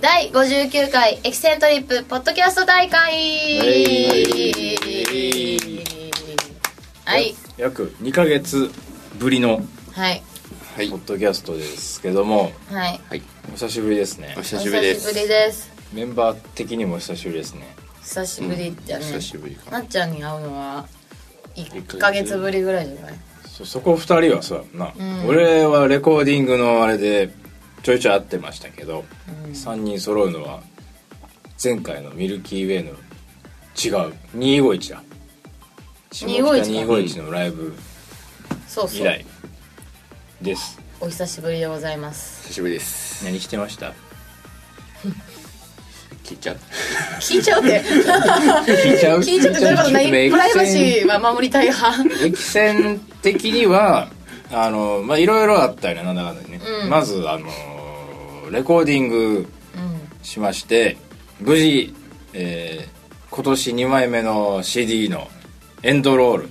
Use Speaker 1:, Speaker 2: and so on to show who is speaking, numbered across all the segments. Speaker 1: 第59回エキセントリップポッドキャスト大会はい
Speaker 2: 約2ヶ月ぶりの
Speaker 1: はい
Speaker 3: はい
Speaker 2: ポッドキャストですけども
Speaker 1: はい
Speaker 2: お久しぶりですね
Speaker 3: お久しぶりです
Speaker 1: お久しぶりです
Speaker 2: メンバー的にも久しぶりですね
Speaker 1: 久しぶりじゃね、
Speaker 3: 久しぶりか
Speaker 1: な
Speaker 3: な
Speaker 1: っちゃんに会うのは1
Speaker 3: 一
Speaker 1: ヶ
Speaker 3: ヶ
Speaker 1: 月
Speaker 3: 月
Speaker 1: ぶりぐらいじゃない
Speaker 2: そそこ2人はそうやもんな、
Speaker 1: うん
Speaker 2: 俺はレコーディングのあれでちょいちょい会ってましたけど、3人揃うのは前回のミルキーウェイの違う251だ下北
Speaker 1: 251か
Speaker 2: 251のライブ
Speaker 1: そう
Speaker 2: 以
Speaker 1: そう
Speaker 2: 来です
Speaker 1: お久しぶりでございます
Speaker 3: 久しぶりです
Speaker 2: 何してました
Speaker 3: 聞いちゃう
Speaker 1: 聞いちゃう って
Speaker 2: 聞いちゃう
Speaker 1: 聞いちゃうってどういうことない
Speaker 2: メイ
Speaker 1: プ
Speaker 2: ク
Speaker 1: ライバ
Speaker 2: セ
Speaker 1: シーは守りたい 派
Speaker 2: ン駅線的にはあのまあいろいろあったよねなんだかんだね、
Speaker 1: うん
Speaker 2: まずあのレコーディング
Speaker 1: う
Speaker 2: しまして無事、えー今年2枚目の CD のエンドロール
Speaker 1: んう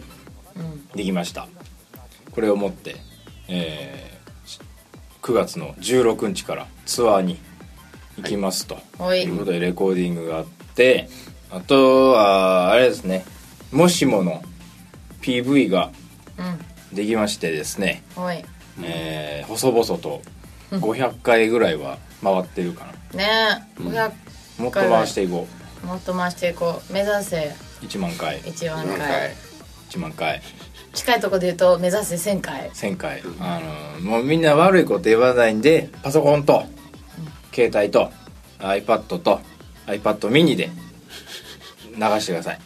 Speaker 1: ん
Speaker 2: できましたこれを持って、え9月の16日からツアーに行きますと、、
Speaker 1: はいいう
Speaker 2: ことでレコーディングがあってあとはあれですね「もしも」の PV が
Speaker 1: う
Speaker 2: できましてですね、
Speaker 1: んおい
Speaker 2: えー細々と500回ぐらいは回ってるかな、
Speaker 1: ねえ、500
Speaker 2: もっと回していこ
Speaker 1: もっと回していこう目指せ
Speaker 2: う1万回
Speaker 1: 1万
Speaker 3: 何
Speaker 1: 回
Speaker 3: 回
Speaker 2: 1万回
Speaker 1: 近いとこで言うと目指せ1000回
Speaker 2: 1000回、あのもうみんな悪いこと言わないんでパソコンと携帯と iPad と iPad ミニで流してくださ い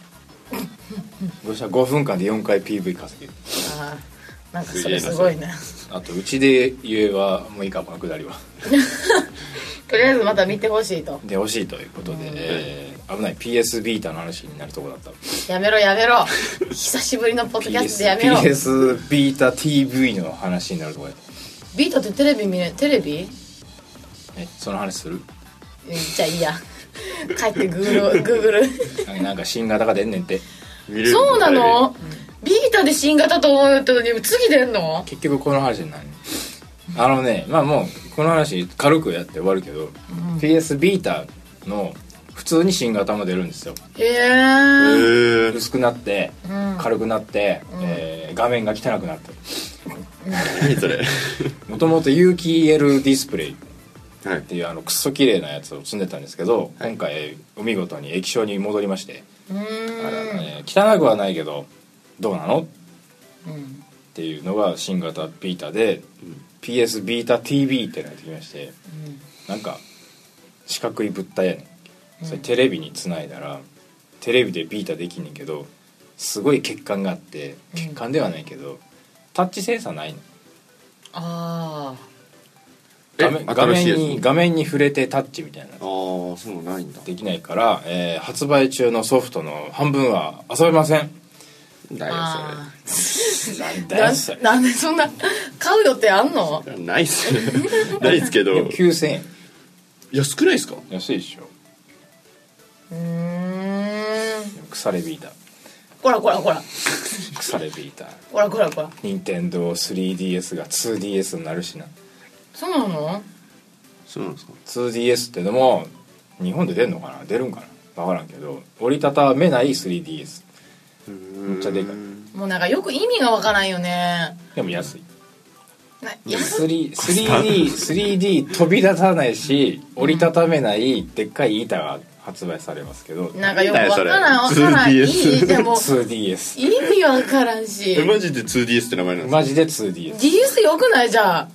Speaker 2: どうした5分間で4回 PV 稼げる
Speaker 1: あーなんかそれすごいな
Speaker 2: あとうちで言えばもういいかもなくだりは
Speaker 1: とりあえずまた見てほしいと
Speaker 2: で欲しいということで、えー危ない PS ビータの話になるとこだった
Speaker 1: やめろやめろ久しぶりのポッドキャストでやめろ
Speaker 2: PS, PS ビータ TV の話になるとこだった
Speaker 1: ビートってテレビ見れテレビ
Speaker 2: えその話する
Speaker 1: うんじゃあいいや帰ってグーグ ルグーグル
Speaker 2: なんか 新型が出んねんって
Speaker 3: 見れる
Speaker 1: そうな
Speaker 3: の
Speaker 1: のビータで新型と思うと次出んの
Speaker 2: 結局この話になるあのねまあもうこの話軽くやって終わるけど、PS ビータの普通に新型も出るんですよ
Speaker 1: へえ
Speaker 3: え
Speaker 1: ー
Speaker 3: ー
Speaker 2: 薄くなって、
Speaker 1: ん
Speaker 2: 軽くなって、えー画面が汚く なって
Speaker 3: 何それ
Speaker 2: もともと有機 EL ディスプレイっ
Speaker 3: はい
Speaker 2: ていうあのクソ綺麗なやつを積んでたんですけど、今回お見事に液晶に戻りまして、
Speaker 1: うーん
Speaker 2: えー汚くはないけどどうなの
Speaker 1: うん
Speaker 2: っていうのが新型ビータで、PS ビータ TV ってなってきまして、なんか四角い物体やねんそれテレビにつないだらテレビでビータできんねんけどすごい欠陥があって欠陥ではないけど、タッチセンサーないの
Speaker 1: あ
Speaker 3: え
Speaker 2: 画面画面
Speaker 3: 新しいや
Speaker 2: に
Speaker 3: つ
Speaker 2: 画面に触れてタッチみたいな
Speaker 3: ああそうなのないんだ
Speaker 2: できないから、えー発売中のソフトの半分は遊べません
Speaker 3: な
Speaker 1: ー
Speaker 3: い
Speaker 1: あ
Speaker 2: なん
Speaker 1: ー
Speaker 2: だよそれ
Speaker 1: ななんでそんな買う予定あんの
Speaker 3: それないっすないっすけどい
Speaker 2: 9000円
Speaker 3: や少ないっすか
Speaker 2: 安いでしょ
Speaker 1: うーん
Speaker 2: 腐れビータ
Speaker 1: こらこらこら
Speaker 2: 腐れビータ
Speaker 1: こらこらこら
Speaker 2: 任天堂 3DS が 2DS になるしな
Speaker 1: そうなの
Speaker 3: そうなんですか
Speaker 2: 2DS ってのも日本で出るのかな出るんかな分からんけど折りたためない 3DS めっちゃでかい
Speaker 1: もうなんかよく意味がわからんよね
Speaker 2: でも安い
Speaker 1: な
Speaker 2: 3D 3D 飛び立たないし折りたためないでっかい板が発売されますけど
Speaker 1: なんかよくわからんわ
Speaker 3: なんだよそれ
Speaker 1: からんい
Speaker 3: 2DS
Speaker 1: いでも
Speaker 2: 2DS
Speaker 1: 意味わからんし
Speaker 3: えマジで 2DS って名前なんですか
Speaker 2: マジで 2DS
Speaker 1: DS よくないじゃん
Speaker 2: ら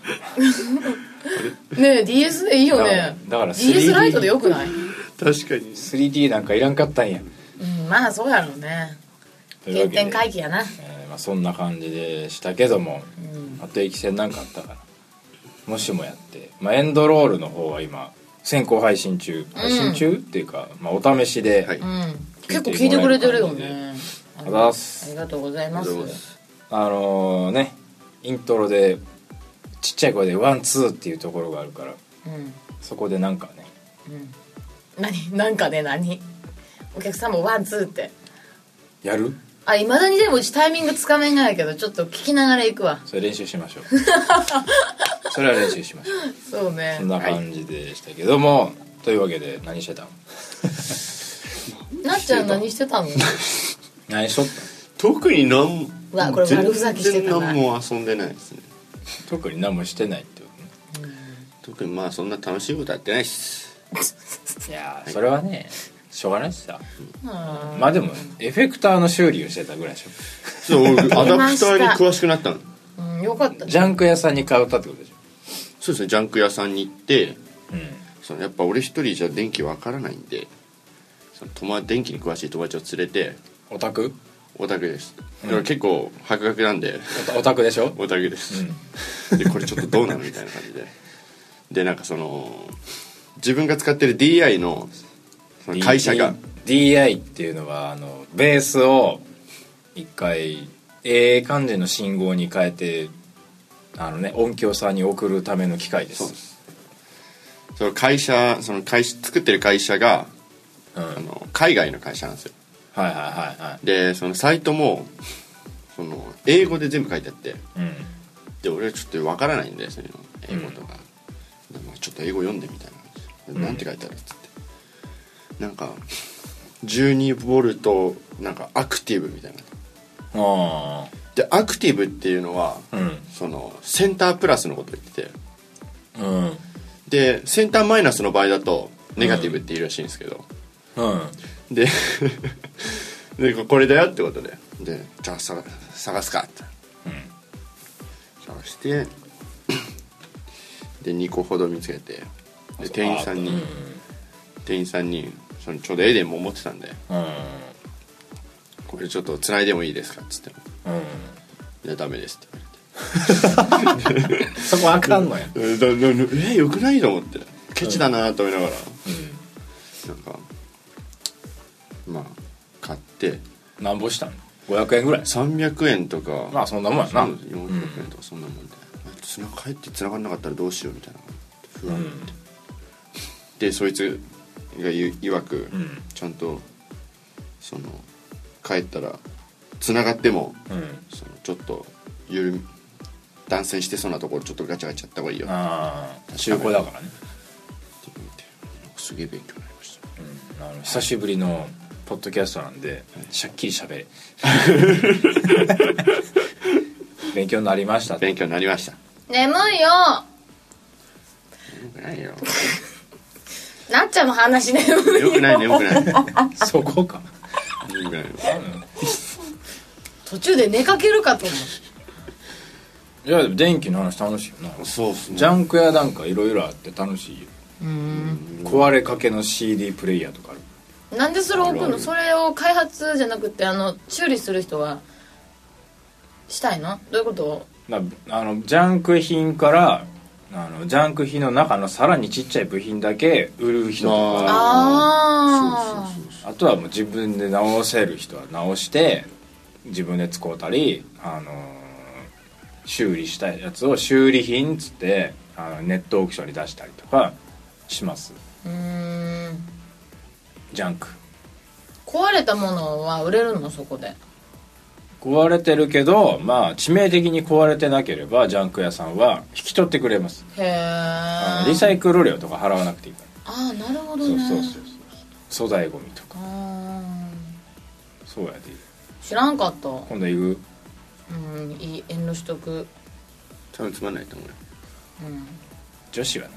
Speaker 1: ねえ DS でいいよね
Speaker 2: だからだから
Speaker 1: DS ライトで
Speaker 2: 3D
Speaker 1: よくない
Speaker 3: 確かに
Speaker 2: 3D なんかいらんかったんや
Speaker 1: うんまあそうやろうね
Speaker 2: というわ
Speaker 1: 原
Speaker 2: けで
Speaker 1: 点回帰やな
Speaker 2: えーまあ、そんな感じでしたけども、あと駅線なんかあったかなもしもやって、まあ、エンドロールの方は今先行配信中配信中、っていうか、まあ、お試しで、
Speaker 3: はい
Speaker 1: うん結構聞いてくれてるよね
Speaker 2: ありがとうございます
Speaker 1: ありがとうございます
Speaker 3: ありがとうございま
Speaker 2: あのねイントロでちっちゃい声で「ワンツー」っていうところがあるから
Speaker 1: うん
Speaker 2: そこでなんかね
Speaker 1: 何 なんかね何お客さんもワンツーって
Speaker 2: やる
Speaker 1: あいまだにでもうちタイミングつかめないけどちょっと聞きながら行くわ
Speaker 2: それ練習しましょうそれは練習しまし
Speaker 1: そう
Speaker 2: た
Speaker 1: ね
Speaker 2: そんな感じでしたけども、というわけで何してたの
Speaker 1: なっちゃん何して たの
Speaker 2: 何しとった
Speaker 3: 特になん
Speaker 1: うわこれ悪ふざけしてたな
Speaker 3: 全然何も遊んでないですね
Speaker 2: の特に何もしてないってことね
Speaker 3: 特にまあそんな楽しいことやってないっす
Speaker 2: いやーそれはねしょうがないっすよ
Speaker 1: うん
Speaker 2: まあでもエフェクターの修理をしてたぐらいでしょ
Speaker 3: そう俺アダプタ
Speaker 1: いました
Speaker 3: ーに詳しくなったの
Speaker 1: うんよかったね
Speaker 2: ジャンク屋さんに買うたってことでしょ
Speaker 3: そうですねジャンク屋さんに行って
Speaker 2: うん
Speaker 3: そのやっぱ俺一人じゃ電気わからないんでその友達電気に詳しい友達を連れて
Speaker 2: オタク
Speaker 3: オタクです、だから結構博学なんで
Speaker 2: オタオタクでしょ
Speaker 3: オタクです、でこれちょっとどうなのみたいな感じででなんかその自分が使ってる DI のその 会社が
Speaker 2: D- DI っていうのはあのベースを一回ええ感じの信号に変えてあのね音響さんに送るための機械で
Speaker 3: そう
Speaker 2: す
Speaker 3: ですその会社その会社作ってる会社が
Speaker 2: うん、
Speaker 3: あの海外の会社なんですよ
Speaker 2: はいはいはいは
Speaker 3: でそのサイトもその英語で全部書いてあって
Speaker 2: いうん
Speaker 3: で俺はちょっとわからないんでそういうの英語とか、でまあちょっと英語読んでみたいな感じでなんて書いてあるっつってなんか12ボルトなんかアクティブみたいな
Speaker 2: あ
Speaker 3: でアクティブっていうのは、
Speaker 2: あうん
Speaker 3: そのセンタープラスのことを言ってて
Speaker 2: うん
Speaker 3: でセンターマイナスの場合だとネガティブっていうらしいんですけど、
Speaker 2: うん
Speaker 3: で でこれだよってことででじゃあ探探すかって、探してで2個ほど見つけてで店員さんに、
Speaker 2: うん
Speaker 3: 店員さんにそのちょうどエイデンも持ってたんで
Speaker 2: う
Speaker 3: 「これちょっと繋いでもいいですか?」っつって
Speaker 2: ん
Speaker 3: 「いやダメです」って言われて
Speaker 2: うんそこあかんのや
Speaker 3: えだだだえよくないと思ってケチだなと思いながら、なんかまあ買って
Speaker 2: なんぼしたん500円ぐらい
Speaker 3: 300円とか
Speaker 2: まあそんなもんやな
Speaker 3: そう400円とかそんなもんで、つな帰って繋がんなかったらどうしようみたいな不安になって、でそいつが言う曰く、
Speaker 2: ん
Speaker 3: ちゃんとその帰ったら繋がっても、
Speaker 2: うん
Speaker 3: そのちょっと緩み断線してそうなところちょっとガチャガチャやった方がいいよ
Speaker 2: ああ中古だからね
Speaker 3: って言ってなんかすげえ勉強になりました
Speaker 2: あの久しぶりのポッドキャストなんでしゃっきりしゃ べれ勉強になりました
Speaker 3: 勉強になりました
Speaker 1: 眠いよ
Speaker 3: よくないよ
Speaker 1: なっちゃんの話眠い
Speaker 3: よくないね よくないねよ
Speaker 2: そこか
Speaker 3: くないよ
Speaker 1: 途中で寝かけるかと思
Speaker 2: いやでも電気の話楽しいよな
Speaker 3: そうっすね
Speaker 2: ジャンク屋なんかいろいろあって楽しいよ
Speaker 1: ううん
Speaker 2: 壊れかけの CD プレイヤーとかある
Speaker 1: なんでそれを置くのそれを開発じゃなくてあの修理する人はしたいのどういうこと
Speaker 2: なあのジャンク品からあのジャンク品の中のさらにちっちゃい部品だけ売る人とか
Speaker 1: あ
Speaker 3: そうそうそう
Speaker 2: あとはもう自分で直せる人は直して自分で使うたり、あのー修理したいやつを修理品っつってあのネットオークションに出したりとかします
Speaker 1: うーん
Speaker 2: ジャンク
Speaker 1: 壊れたものは売れるのそこで
Speaker 2: 壊れてるけどまあ致命的に壊れてなければジャンク屋さんは引き取ってくれます
Speaker 1: へえ
Speaker 2: あ
Speaker 1: あ
Speaker 2: のリサイクル料とか払わなくていいから
Speaker 1: あーなるほど
Speaker 2: そう
Speaker 1: ね
Speaker 2: そうそうそう素材ゴミとか
Speaker 1: あ
Speaker 2: そうやで
Speaker 1: ー知らんかった
Speaker 2: 今度行く
Speaker 1: うんいい遠慮しとく
Speaker 3: 多分つまんないと思うよ
Speaker 1: うん
Speaker 2: 女子はな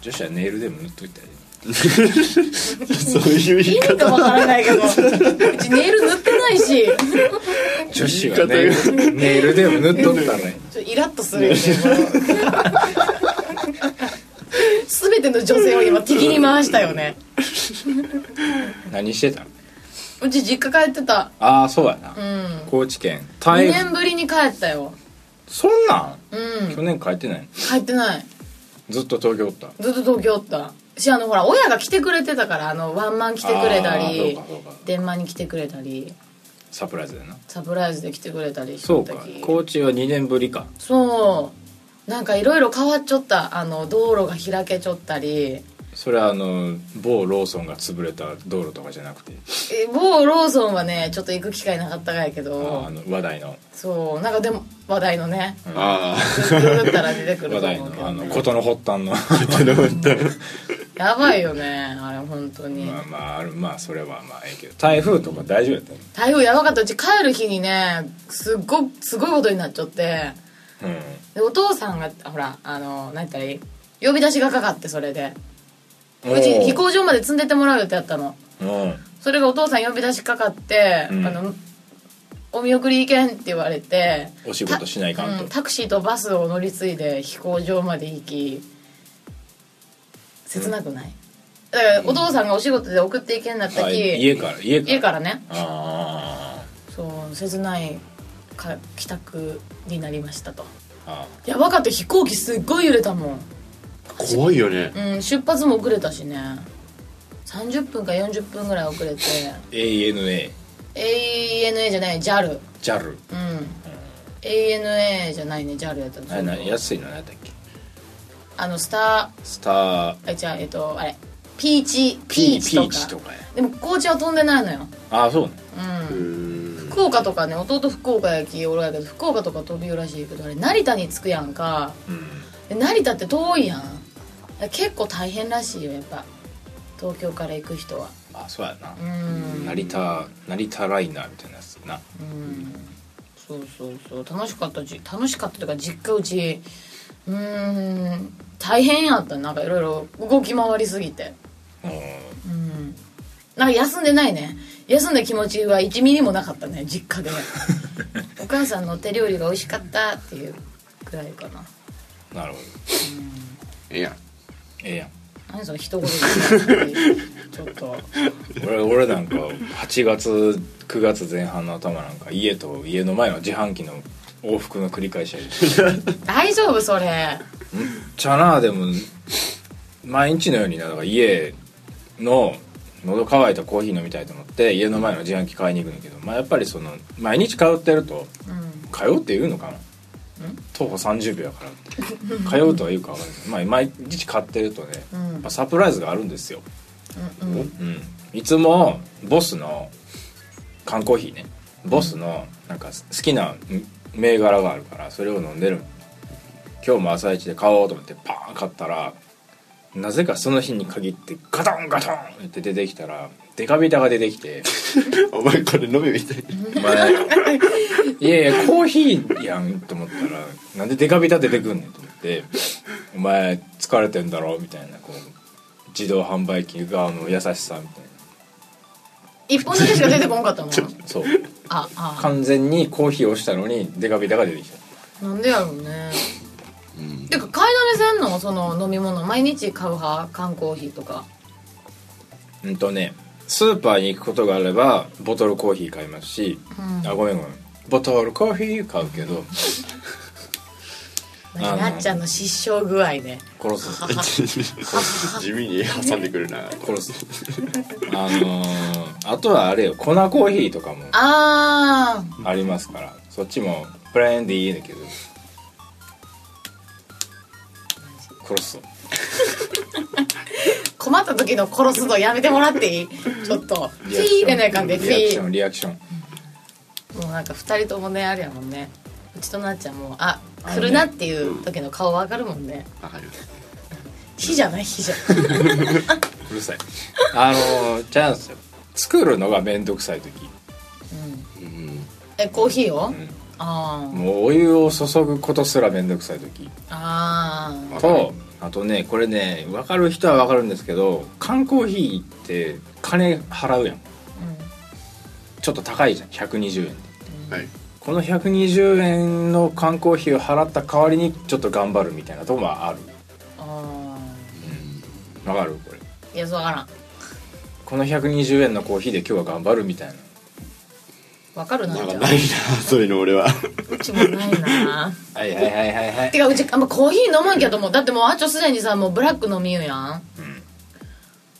Speaker 2: 女子はネイルでも塗っといたらいい
Speaker 3: そういう言い
Speaker 1: 意味
Speaker 3: 方
Speaker 1: がわからないけどうちネイル塗ってないし
Speaker 2: 女子はネイルネイルでも塗っとったらいい
Speaker 1: ちょっとイラッとするよねすべての女性を今敵に回したよね
Speaker 2: 何してたの
Speaker 1: うち実家帰ってた
Speaker 2: ああそうやな、
Speaker 1: うん
Speaker 2: 高知県
Speaker 1: 2
Speaker 2: 台
Speaker 1: 年
Speaker 2: 風
Speaker 1: ぶりに帰ったよ
Speaker 2: そんなん、
Speaker 1: うん
Speaker 2: 去年帰ってないの
Speaker 1: 帰ってない
Speaker 2: ずっと東京おった
Speaker 1: ずっと東京おったしあのほら親が来てくれてたからあのワンマン来てくれたり
Speaker 2: あーそうかそうか
Speaker 1: 電話に来てくれたり
Speaker 2: サプライズだな
Speaker 1: サプライズで来てくれたりし
Speaker 2: そ
Speaker 1: て
Speaker 2: う
Speaker 1: た
Speaker 2: か
Speaker 1: き
Speaker 2: 高知は2年ぶりか
Speaker 1: そうなんかいろいろ変わっちゃったあの道路が開けちゃったり
Speaker 2: それはあの某ローソンが潰れた道路とかじゃなくて
Speaker 1: え某ローソンはねちょっと行く機会なかったがやけ
Speaker 2: あー
Speaker 1: ど
Speaker 2: あの話題の
Speaker 1: そうなんかでも話題のね
Speaker 3: あ
Speaker 1: ググったら出てく
Speaker 2: 話
Speaker 1: ると
Speaker 2: 題
Speaker 1: 思うけ
Speaker 2: の
Speaker 1: ど、
Speaker 2: あの
Speaker 1: ね、
Speaker 2: 事の発端の
Speaker 1: やばいよねあれ本当に、
Speaker 2: まあまああるまあそれはまあええけど台風とか大丈夫やった
Speaker 1: 台風やばかったうち帰る日にねすっごすごいことになっちゃって
Speaker 2: の
Speaker 1: でお父さんがほらあの何言ったらいい呼び出しがかかってそれで
Speaker 2: うん
Speaker 1: うち飛行場まで積んでってもらう予定やったの
Speaker 2: うん
Speaker 1: それがお父さん呼び出しかかって、
Speaker 2: うん
Speaker 1: あのお見送り行けんって言われて
Speaker 2: お仕事しないかんと
Speaker 1: うタクシーとバスを乗り継いで飛行場まで行き切なくない、だからお父さんがお仕事で送っていけんなったき、
Speaker 2: あ家から家から
Speaker 1: 家からね
Speaker 2: あ
Speaker 1: そう切ないか帰宅になりましたと
Speaker 2: ーあ
Speaker 1: やばかった飛行機すっごい揺れたもん、
Speaker 3: ー 怖いよね
Speaker 1: うん、出発も遅れたしね30分か40分ぐらい遅れて
Speaker 2: ANA
Speaker 1: ANA じゃない JAL
Speaker 2: JAL
Speaker 1: うん ANA じゃないね JAL やったん
Speaker 2: あれな安いの何やったっけ
Speaker 1: あのスタ
Speaker 2: スター
Speaker 1: ーあじゃあえっとあれピーチピ
Speaker 2: ピ
Speaker 1: ー
Speaker 2: ー
Speaker 1: チとか
Speaker 2: ピーチとかや
Speaker 1: でも高知は飛んでないのよ
Speaker 2: ああそうね
Speaker 1: うん
Speaker 3: うん
Speaker 1: 福岡とかね弟福岡やきおるやけど福岡とか飛びよらしいけどあれ成田に着くやんか
Speaker 2: うん
Speaker 1: で成田って遠いやん結構大変らしいよやっぱ東京から行く人は
Speaker 2: あそうやな
Speaker 1: うん
Speaker 2: 成田成田ライナーみたいなやつな
Speaker 1: うんそうそうそう楽しかったじ楽しかったというか実家うちうーん大変やったなんかいろいろ動き回りすぎて
Speaker 2: うん
Speaker 1: うんなんか休んでないね休んだ気持ちは1ミリもなかったね実家でお母さんの手料理が美味しかったっていうくらいかな
Speaker 2: なるほど
Speaker 3: ええやん
Speaker 2: ええやん
Speaker 1: 何その一言で言うのちょっと
Speaker 2: 俺俺なんか8月9月前半の頭なんか家と家の前の自販機の往復の繰り返しやで
Speaker 1: 大丈夫それ
Speaker 2: ちゃなでも毎日のようになだから家の喉乾いたコーヒー飲みたいと思って家の前の自販機買いに行くんだけど、まあ、やっぱりその毎日通ってると
Speaker 1: うん
Speaker 2: 通うって言うのかな徒歩30秒やから通うとは言うか分かんないけ ど、まあ、毎日買ってるとね
Speaker 1: うん
Speaker 2: やっぱサプライズがあるんですよ、
Speaker 1: うんうん
Speaker 2: うん、いつもボスの缶コーヒーねボスのなんか好きな銘柄があるからそれを飲んでる今日も朝一で買おうと思ってパーン買ったらなぜかその日に限ってガトンガトンって出てきたらデカビタが出てきて
Speaker 3: お前これ飲めみたい
Speaker 2: お前いやいやコーヒーやんと思ったらなんでデカビタ出てくんねんと思って「お前疲れてんだろ」みたいなこう自動販売機側の優しさみたい
Speaker 1: 一本だけしか出てこなかったもん
Speaker 2: なそう
Speaker 1: ああ
Speaker 2: 完全にコーヒーをしたのにデカビタが出てきた
Speaker 1: なんでやろうね
Speaker 3: うん
Speaker 1: てか買いだめせんのその飲み物毎日買う派缶コーヒーとか
Speaker 2: うんとねスーパーに行くことがあればボトルコーヒー買いますし、
Speaker 1: うん
Speaker 2: あごめんごめんボトルコーヒー買うけどあの
Speaker 1: なっちゃんの失笑具合ね
Speaker 2: 殺す
Speaker 3: 地味に挟んでくるなこ
Speaker 2: 殺すあのー、あとはあれよ粉コーヒーとかも
Speaker 1: あー
Speaker 2: ありますからそっちもプレーンでいいんだけど殺すぞ
Speaker 1: 困った時の殺すのやめてもらっていいちょっとフィー入れないかんでフ
Speaker 2: リアク
Speaker 1: ィ
Speaker 2: ショ
Speaker 1: ー
Speaker 2: ンリアクション
Speaker 1: もうなんか2人ともねあれやもんねうちとなっちゃんもあ来るなっていう時の顔わかるもんね
Speaker 3: わかる
Speaker 1: 火じゃない火じゃな いう
Speaker 2: るさいあのー、チャンスよ作るのがめんどくさい時
Speaker 3: うん
Speaker 1: えコーヒーを、
Speaker 2: ん
Speaker 1: あー
Speaker 2: もうお湯を注ぐことすらめんどくさい時
Speaker 1: あー
Speaker 3: わかる
Speaker 2: とあとねこれね分かる人は分かるんですけど缶コーヒーって金払うやんちょっと高いじゃん120円で
Speaker 3: はい
Speaker 2: この120円の缶コーヒーを払った代わりにちょっと頑張るみたいなとこもある
Speaker 1: うんあ
Speaker 2: わかるこれ
Speaker 1: ーいやそうわからん
Speaker 2: この120円のコーヒーで今日は頑張るみたいな
Speaker 1: わかるな
Speaker 3: なん
Speaker 1: っ
Speaker 3: か
Speaker 1: ちゃん
Speaker 3: ないなそういうの俺は
Speaker 1: うちもないな
Speaker 2: はいはいはいはいはい
Speaker 1: てかうちあんまコーヒー飲まんけどもうだってもうあちょすでにさもうブラック飲みようやん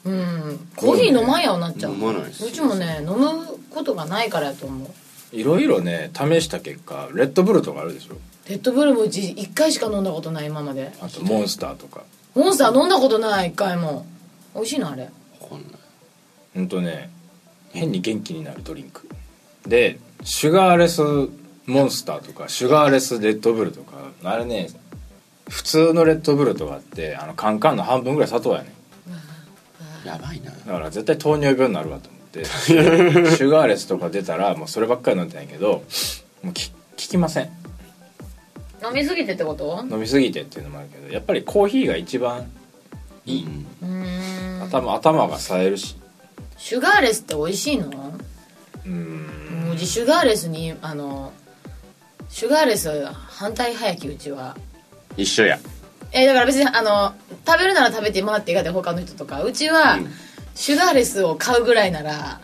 Speaker 1: うん、コーヒー飲まんやんなっちゃう
Speaker 3: 飲まないし
Speaker 1: うちもね飲むことがないからやと思う
Speaker 2: いろいろね試した結果レッドブルとかあるでしょ
Speaker 1: レッドブルもうち1回しか飲んだことない今まで
Speaker 2: あとモンスターとか
Speaker 1: モンスター飲んだことない1回も美味しいのあれ
Speaker 3: こんな
Speaker 2: ほんとね変に元気になるドリンクでシュガーレスモンスターとかシュガーレスレッドブルとかあれね普通のレッドブルとかってあのカンカンの半分ぐらい砂糖やね
Speaker 3: やばいな
Speaker 2: だから絶対糖尿病になるわと思って シュガーレスとか出たらもうそればっかり飲んでたんやけどもうき効きません
Speaker 1: 飲みすぎてってこと
Speaker 2: 飲みすぎてっていうのもあるけどやっぱりコーヒーが一番いい、
Speaker 3: うん
Speaker 1: うーん
Speaker 2: 頭頭が冴えるし
Speaker 1: シュガーレスって美味しいの
Speaker 2: うん
Speaker 1: もううちシュガーレスにあのシュガーレス反対早きうちは
Speaker 3: 一緒や
Speaker 1: えーだから別にあの食べるなら食べてもらっていいかって他の人とかうちは、シュガーレスを買うぐらいなら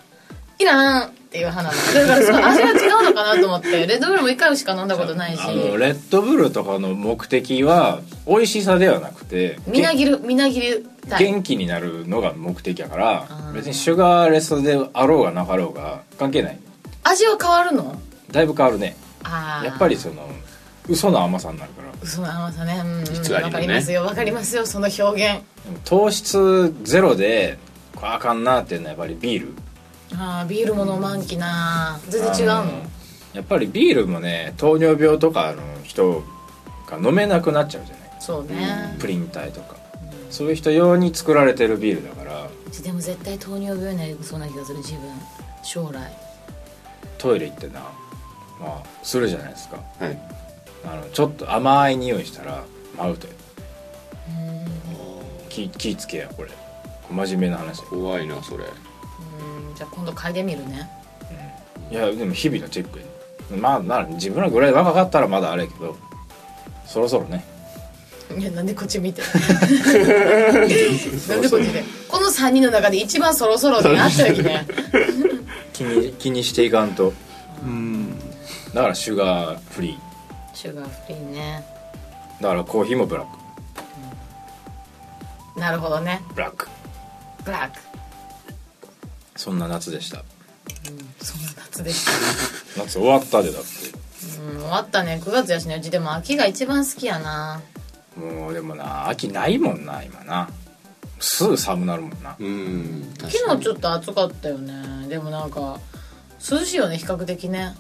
Speaker 1: いらんっていう派なのだからその味が違うのかなと思 ってレッドブルも1回しか飲んだことないし
Speaker 2: あのレッドブルとかの目的は美味しさではなくて
Speaker 1: みなぎるみなぎるタイプ
Speaker 2: 元気になるのが目的やから
Speaker 1: あー
Speaker 2: 別にシュガーレスであろうがなかろうが関係ない
Speaker 1: 味は変わるの
Speaker 2: だいぶ変わるね
Speaker 1: ああ
Speaker 2: やっぱりその嘘の甘さになるから
Speaker 1: 嘘の甘さねうんうん
Speaker 3: 偽りのね
Speaker 1: わかりますよわかりますよその表現
Speaker 2: でも糖質ゼロでこれあかんなっていうのはやっぱりビール
Speaker 1: ああビールも飲まんきな全然違う
Speaker 2: あ
Speaker 1: の
Speaker 2: やっぱりビールもね糖尿病とかの人が飲めなくなっちゃうじゃない
Speaker 1: そうね
Speaker 2: プリン体とかそういう人用に作られてるビールだから
Speaker 1: うちでも絶対糖尿病になりそうな気がする自分将来
Speaker 2: トイレ行ってなまあするじゃないですか
Speaker 3: はい
Speaker 2: あのちょっと甘い匂いしたらアウトよ気気つけやこれ真面目な話
Speaker 3: 怖いなそれ
Speaker 1: うんじゃあ今度嗅いでみるね
Speaker 2: いやでも日々のチェックやねまあなら自分らぐらい若かったらまだあれやけどそろそろね
Speaker 1: いやなんでこっち見て なんでこっち見てこの3人の中で一番そろそろってなった時ね
Speaker 2: 気に 気にしていかんと
Speaker 3: うん
Speaker 2: だからシュガーフリー
Speaker 1: シュガーフリーね
Speaker 2: だからコーヒーもブラック
Speaker 1: なるほどね
Speaker 2: ブラック
Speaker 1: ブラック
Speaker 2: そんな夏でした
Speaker 1: そんな夏でした
Speaker 2: 夏終わったでだって
Speaker 1: うん終わったね9月やしねうちでも秋が一番好きやな
Speaker 2: もうでもな秋ないもんな今なすぐ寒なるもんな
Speaker 3: うん確か
Speaker 1: 昨
Speaker 3: に
Speaker 1: 日ちょっと暑かったよねでもなんか涼しいよね比較的ね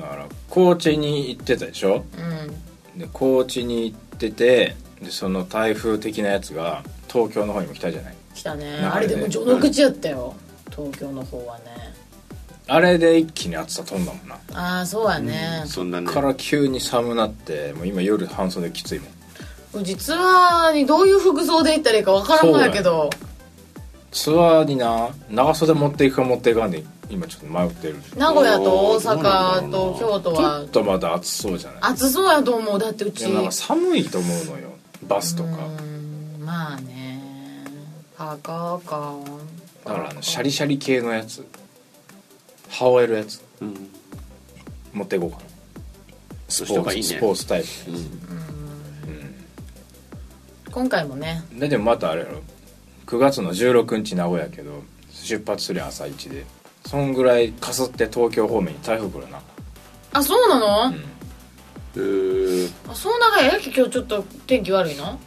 Speaker 2: だから高知に行ってたでしょ
Speaker 1: うん
Speaker 2: で高知に行っててでその台風的なやつが東京の方にも来たじゃない
Speaker 1: 来たね
Speaker 2: 流れね
Speaker 1: あれでも序の口やったよ東京の方はね
Speaker 2: あれで一気に暑さ飛んだもんな
Speaker 1: ああそうやね、
Speaker 3: そんなね
Speaker 2: から急に寒なってもう今夜半袖きついもん
Speaker 1: うちツアーにどういう服装で行ったらいいかわからんのやけど
Speaker 2: ツアーにな長袖持っていくか持っていかんで今ちょっと迷ってる
Speaker 1: 名古屋と大
Speaker 3: どうなん
Speaker 1: 阪
Speaker 3: だろ
Speaker 1: と
Speaker 3: うな
Speaker 1: 京都
Speaker 2: ちょ
Speaker 1: は
Speaker 2: っとまだ暑そうじゃない
Speaker 1: 暑そうやと思うだってうち
Speaker 2: いやなんか寒いと思うのよバスとか
Speaker 1: うんまあねパーカーか
Speaker 2: だからあのシャリシャリ系のやつ羽織れるやつ
Speaker 3: うん
Speaker 2: 持っていこうかなス
Speaker 3: そうし
Speaker 2: ポ
Speaker 3: た
Speaker 2: ー
Speaker 3: 方
Speaker 2: ツ
Speaker 3: がいいね
Speaker 2: スポーツタイプ
Speaker 3: うん
Speaker 1: 今回もね
Speaker 2: ででもまたあれやろ9月の16日名古屋やけど出発する朝一でそんぐらいかすって東京方面に台風来るな
Speaker 1: あそうなの、
Speaker 3: うー
Speaker 1: あその中やき今日ちょっと天気悪いの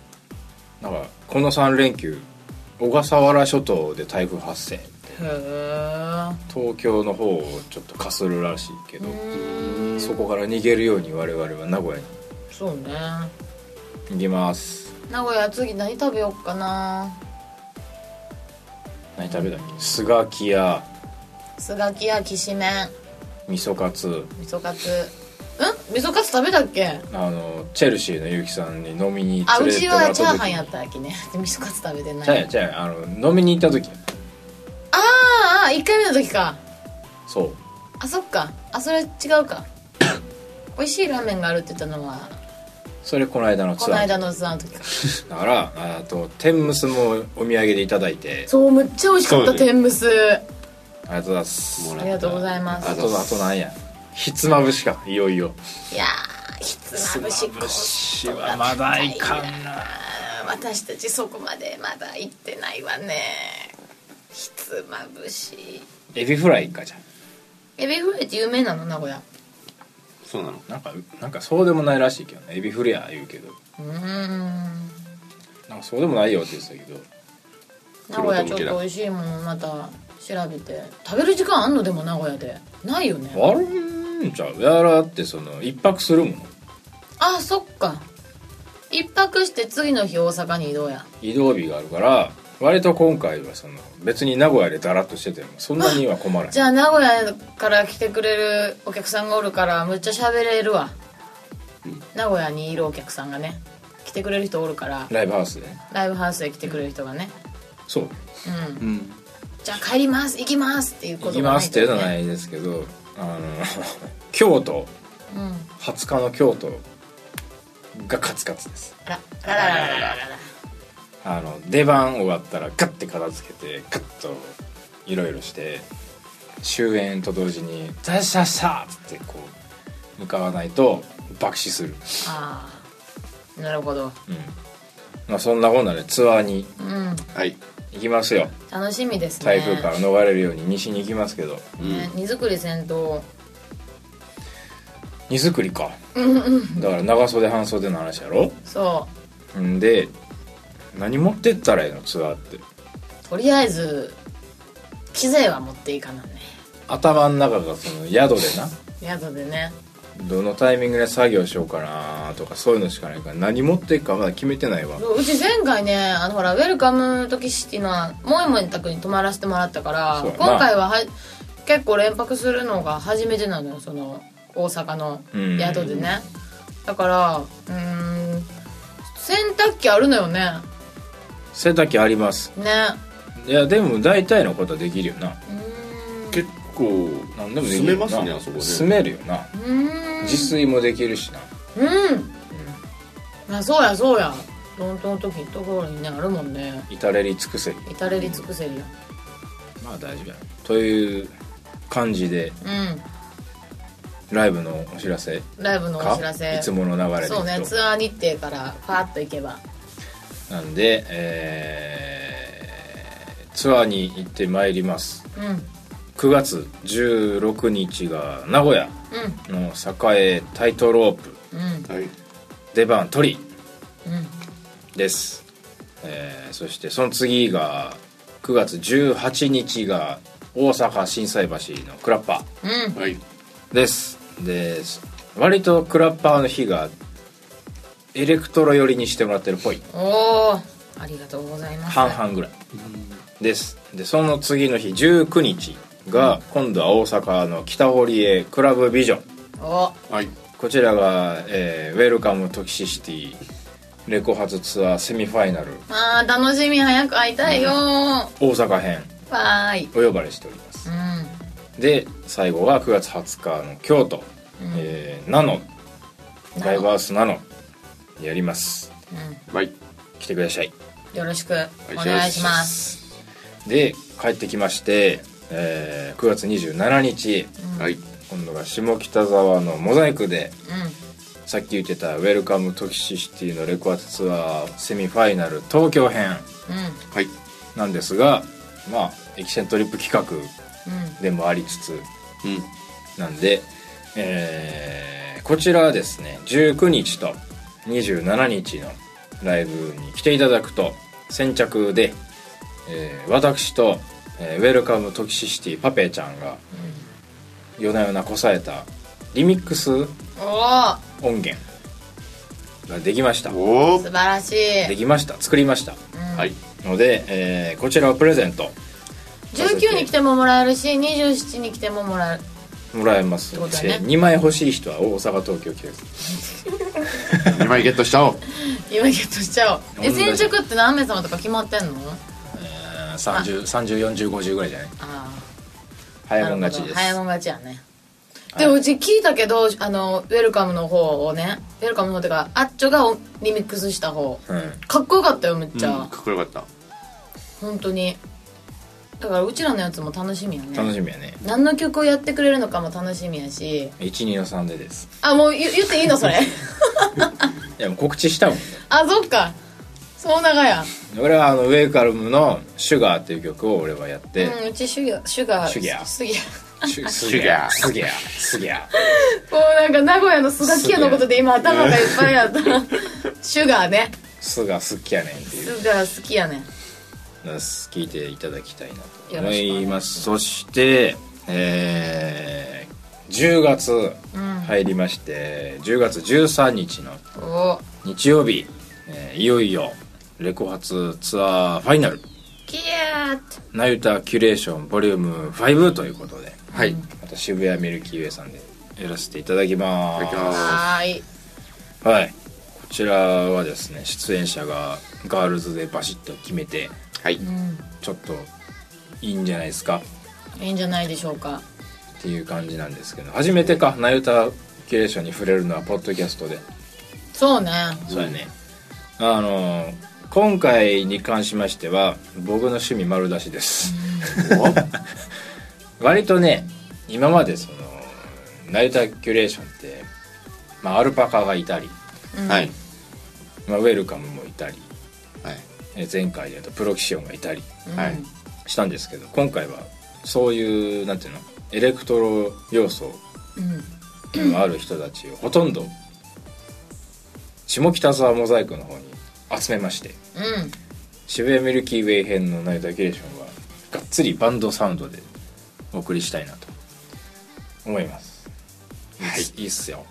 Speaker 2: なんかこの3連休小笠原諸島で台風発生
Speaker 1: へえ
Speaker 2: 東京の方をちょっとかするらしいけどそこから逃げるように我々は名古屋に
Speaker 1: そうね
Speaker 2: 行きます
Speaker 1: 名古屋次何食べよっかな
Speaker 2: 何食べたっけすがきや
Speaker 1: すがきやきしめん
Speaker 2: 味噌カツ
Speaker 1: 味噌カツん味噌カツ食べたっけ
Speaker 2: あのチェルシーのゆうきさんに飲みに
Speaker 1: あう
Speaker 2: 連れて
Speaker 1: ち
Speaker 2: もら
Speaker 1: は
Speaker 2: った時
Speaker 1: チャーハンやったわけね味噌カツ食べてない
Speaker 2: ちゃうやんちゃうやんあの飲みに行った時
Speaker 1: あーあー1回目の時か
Speaker 2: そう
Speaker 1: あそっかあそれ違うか 美味しいラーメンがあるって言ったのは
Speaker 2: それこの間の
Speaker 1: こ
Speaker 2: ツ
Speaker 1: の
Speaker 2: アー
Speaker 1: 間のツアーの時か
Speaker 2: だからあと天むすもお土産でいただいて
Speaker 1: そうめっちゃ美味しかっ
Speaker 3: そ
Speaker 1: た
Speaker 3: うね
Speaker 1: 天むす
Speaker 2: ありがとうございます
Speaker 3: も
Speaker 1: あ
Speaker 3: ら
Speaker 1: りがとうございま
Speaker 2: あ
Speaker 1: す
Speaker 3: ざ
Speaker 2: とあとなんやひつまぶしかいよいよ
Speaker 1: いやーひつまぶしこ
Speaker 2: しはまだいかんな
Speaker 1: 私たちそこまでまだ行ってないわねひつまぶし
Speaker 2: エビフライかじゃん
Speaker 1: エビフライって有名なの名古屋
Speaker 3: そうなの
Speaker 2: なんかなんかそうでもないらしいけどねエビフリア言うけど
Speaker 1: うーん
Speaker 2: なんかそうでもないよって言ってたけど
Speaker 1: 名古屋ちょっと美味しいものまた調べて食べる時間あんのでも名古屋でないよね
Speaker 2: あるんんちゃういやだってその一泊するもん
Speaker 1: あそっか一泊して次の日大阪に移動や
Speaker 2: 移動日があるから割と今回はその別に名古屋でダラッとしててもそんなには困らない
Speaker 1: じゃあ名古屋から来てくれるお客さんがおるからむっちゃ喋れるわ、名古屋にいるお客さんがね来てくれる人おるから
Speaker 2: ライブハウスでね
Speaker 1: ライブハウスへ来てくれる人がね
Speaker 2: そう
Speaker 1: うん
Speaker 3: うん
Speaker 1: じゃあ帰ります行きますっていうこ
Speaker 2: 行
Speaker 1: と
Speaker 2: き
Speaker 1: がな
Speaker 2: ます
Speaker 1: いとね
Speaker 2: っていうのはないですけどあの 京都
Speaker 1: うん
Speaker 2: 20日の京都がカツカツです
Speaker 1: あらららららららら
Speaker 2: あの出番終わったらガッて片付けてガッといろいろして終演と同時に「ザシャシャ!」っつってこう向かわないと爆死する、
Speaker 1: ああなるほど
Speaker 2: うんまあ、そんなこんなでツアーに
Speaker 1: うん
Speaker 3: はい
Speaker 2: 行きますよ
Speaker 1: 楽しみですね
Speaker 2: 台風から逃れるように西に行きますけど
Speaker 1: ね荷造り戦闘
Speaker 2: 荷造りかだから長袖半袖の話やろ
Speaker 1: そ
Speaker 2: んで何持ってったらいいのツアーって
Speaker 1: うとりあえず機材は持っていかなね
Speaker 2: 頭の中がその宿でな
Speaker 1: 宿でね
Speaker 2: どのタイミングで作業しようかなとかそういうのしかないから何持っていくかまだ決めてないわ
Speaker 1: そううち前回ねあのほらウェルカムとキシティのもえもえ宅に泊まらせてもらったから
Speaker 2: そうやな
Speaker 1: 今回はは結構連泊するのが初めてなのよその大阪の
Speaker 2: うん
Speaker 1: 宿でねだからうーん洗濯機あるのよね
Speaker 2: 背丈あります
Speaker 1: ね
Speaker 2: いやでも大体のことはできるよな
Speaker 1: うー
Speaker 3: 結構
Speaker 2: 何でもでき
Speaker 3: 住
Speaker 2: る
Speaker 3: め
Speaker 2: よ
Speaker 3: ま
Speaker 2: な
Speaker 3: すねあそこね
Speaker 2: 住めるよなん
Speaker 1: うーん
Speaker 2: 自炊もできるしな
Speaker 1: うんあそうやそうやロントンの時のところにねあるもんね
Speaker 2: 至れり尽くせり
Speaker 1: 至れり尽くせりよ
Speaker 2: まあ大丈夫やという感じで
Speaker 1: う
Speaker 2: ライブのお知らせ
Speaker 1: んライブの
Speaker 2: か
Speaker 1: お知らせ
Speaker 2: いつもの流れでいくと
Speaker 1: そうねツアー日程からパーッと行けば
Speaker 2: なんで、えーツアーに行ってまいります
Speaker 1: うんうん
Speaker 2: 9月16日が名古屋の栄タイトロープ
Speaker 1: うん
Speaker 3: はい
Speaker 2: 出番取り
Speaker 1: うん
Speaker 2: です、えーそしてその次が9月18日が大阪心斎橋のクラッパ
Speaker 1: うん
Speaker 3: はい
Speaker 2: ーですで割とクラッパーの日がエレクトロ寄りにしてもらってるっぽい
Speaker 1: おおありがとうございます
Speaker 2: 半々ぐらいですでその次の日19日が今度は大阪の北堀江クラブビジョン
Speaker 1: お
Speaker 3: はい
Speaker 2: こちらが、えーウェルカムトキシシティレコ発ツアーセミファイナル
Speaker 1: あー楽しみ早く会いたいよー
Speaker 2: 大阪編
Speaker 1: バイ
Speaker 2: お呼ばれしております
Speaker 1: う
Speaker 2: で最後が9月20日の京都、えーナノ
Speaker 1: ノ
Speaker 2: ライブハウスナノやります
Speaker 1: んうん
Speaker 3: はい
Speaker 2: 来てください
Speaker 1: よろしくお願いします
Speaker 2: で帰ってきまして、えー9月27日
Speaker 3: はい
Speaker 2: 今度が下北沢のモザイクで
Speaker 1: う
Speaker 2: さっき言ってた「ウェルカムトキシシティ」のレコアツツアーセミファイナル東京編
Speaker 1: んうん
Speaker 3: はい
Speaker 2: なんですがまあエキセントリップ企画
Speaker 1: うん
Speaker 2: でもありつつ
Speaker 3: うん
Speaker 2: なんで、えーこちらはですね19日と27日のライブに来ていただくと先着で、えー私と、えーウェルカムトキシシティパペちゃんが夜な夜なこさえたリミックス
Speaker 1: お
Speaker 2: 音源ができました
Speaker 3: お
Speaker 1: お素
Speaker 3: ー
Speaker 1: 晴らしい
Speaker 2: できました作りました
Speaker 3: はい
Speaker 2: ので、えーこちらをプレゼント
Speaker 1: 19に来てももらえるし27に来てももらえる
Speaker 2: もらえます
Speaker 1: ってこ
Speaker 2: の
Speaker 1: とだ
Speaker 2: で、
Speaker 1: ね
Speaker 2: 2枚欲しい人は大阪東京来てください
Speaker 3: 2枚ゲットしたお
Speaker 1: 今ゲットしちゃおうえ
Speaker 2: 同じ
Speaker 1: 先着って何名様とか決まってんの
Speaker 2: えー、304050ぐらいじゃない
Speaker 1: ああ
Speaker 2: 早いもん勝ちです
Speaker 1: 早いもん勝ちやね
Speaker 2: はい
Speaker 1: でもうち聞いたけどあのウェルカムの方をねウェルカムの方っていうかあっちょがリミックスした方
Speaker 2: うん
Speaker 1: かっこよかったよめっちゃ、
Speaker 3: かっこよかった
Speaker 1: 本当にだからうちらのやつも楽しみやね
Speaker 2: 楽しみやね
Speaker 1: 何の曲をやってくれるのかも楽しみやし
Speaker 2: 12の3でです
Speaker 1: あもう言言っていいのそれ
Speaker 2: いやもう告知したもんね
Speaker 1: あそっかそう長や
Speaker 2: 俺はあのウェイカルムの「シュガーっていう曲を俺はやって
Speaker 1: うん、うちシュギャシュガー
Speaker 2: シュギャ
Speaker 1: シュギャ
Speaker 2: 「シュ
Speaker 3: シュガー
Speaker 2: すげえすげえ
Speaker 1: もうなんか名古屋のスガキ屋のことで今頭がいっぱいやった シュガーね
Speaker 2: すが好きやねん」っていう
Speaker 1: スガー好きやね
Speaker 2: のを聞いていただきたいなと
Speaker 1: よ
Speaker 2: 思
Speaker 1: ろしくお願い
Speaker 2: い
Speaker 1: し
Speaker 2: ま
Speaker 1: ます
Speaker 2: そしてえー10月
Speaker 1: うん
Speaker 2: 入りまして、10月13日の
Speaker 1: お
Speaker 2: 日曜日、えーいよいよレコ発ツアーファイナル
Speaker 1: キヤーって
Speaker 2: 「ナユタキュレーションボリューム5ということで
Speaker 3: はい
Speaker 2: また渋谷ミルキーウェイさんでやらせていただきます
Speaker 3: いただきます
Speaker 1: はーい
Speaker 2: はいこちらはですね出演者がガールズでバシッと決めて
Speaker 3: はい、
Speaker 2: ちょっといいんじゃないですか
Speaker 1: いいんじゃないでしょうか
Speaker 2: っていう感じなんですけど初めてか「ナユタキュレーション」に触れるのはポッドキャストで
Speaker 1: そうね
Speaker 2: そうやね、あのー今回に関しましては僕の趣味丸出しです、 割とね今までそのナイターキュレーションって、まあ、アルパカがいたり、
Speaker 1: うん
Speaker 3: はい
Speaker 2: まあ、ウェルカムもいたり
Speaker 3: はい
Speaker 2: え前回で言うとプロキシオンがいたり
Speaker 1: うん
Speaker 3: はい
Speaker 2: したんですけど今回はそういうなんていうのエレクトロ要素
Speaker 1: うん
Speaker 2: のある人たちをほとんど下北沢モザイクの方に集めまして
Speaker 1: うん
Speaker 2: 渋谷ミルキーウェイ編のナイトアキュレーションはがっつりバンドサウンドでお送りしたいなと思いますいいっす,、い、いっすよ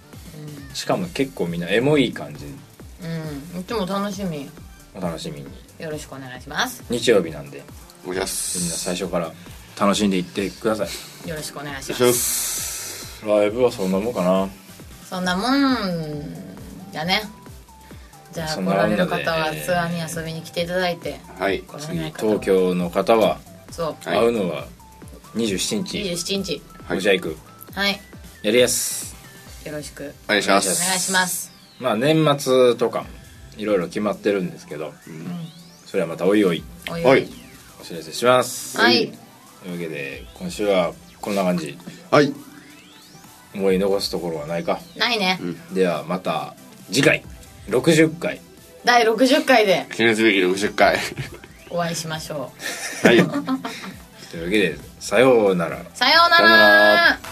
Speaker 2: しかも結構みんなエモい感じ
Speaker 1: うんいつも楽しみ
Speaker 2: お楽しみに
Speaker 1: よろしくお願いします
Speaker 2: 日曜日なんで
Speaker 3: おじゃ
Speaker 2: みんな
Speaker 3: す
Speaker 2: 最初から楽しんでいってください
Speaker 1: よろしくお願いし
Speaker 3: お
Speaker 1: ま
Speaker 3: じゃ
Speaker 1: す
Speaker 3: す
Speaker 2: ライブはそんなもんかな
Speaker 1: そんなもんだねじゃあ
Speaker 2: そ
Speaker 1: 来
Speaker 2: んな
Speaker 1: ら
Speaker 2: もんだね
Speaker 1: れる方はツアーに遊びに来ていただいて
Speaker 3: はい
Speaker 1: 来られ
Speaker 2: 次
Speaker 1: ない方は
Speaker 2: 東京の方は
Speaker 1: そう
Speaker 3: はい
Speaker 2: 会うのは27日
Speaker 1: 27日
Speaker 3: はい
Speaker 2: モジャイク
Speaker 1: はい
Speaker 2: やりやす
Speaker 1: よろしく
Speaker 3: お願いしま
Speaker 1: お願い
Speaker 3: す
Speaker 1: します
Speaker 2: まあ年末とかいろいろ決まってるんですけどそれはまたおいおい
Speaker 1: おいお
Speaker 3: はいい
Speaker 2: お知らせします
Speaker 1: はい
Speaker 2: というわけで今週はこんな感じ
Speaker 3: はい
Speaker 2: 思い残すところはないか
Speaker 1: ないね
Speaker 2: ではまた次回60回
Speaker 1: 第60回で
Speaker 3: 記念すべき60回
Speaker 1: お会いしましょう
Speaker 3: はい
Speaker 2: というわけでさようなら
Speaker 1: さような
Speaker 3: さような
Speaker 1: ら
Speaker 3: ら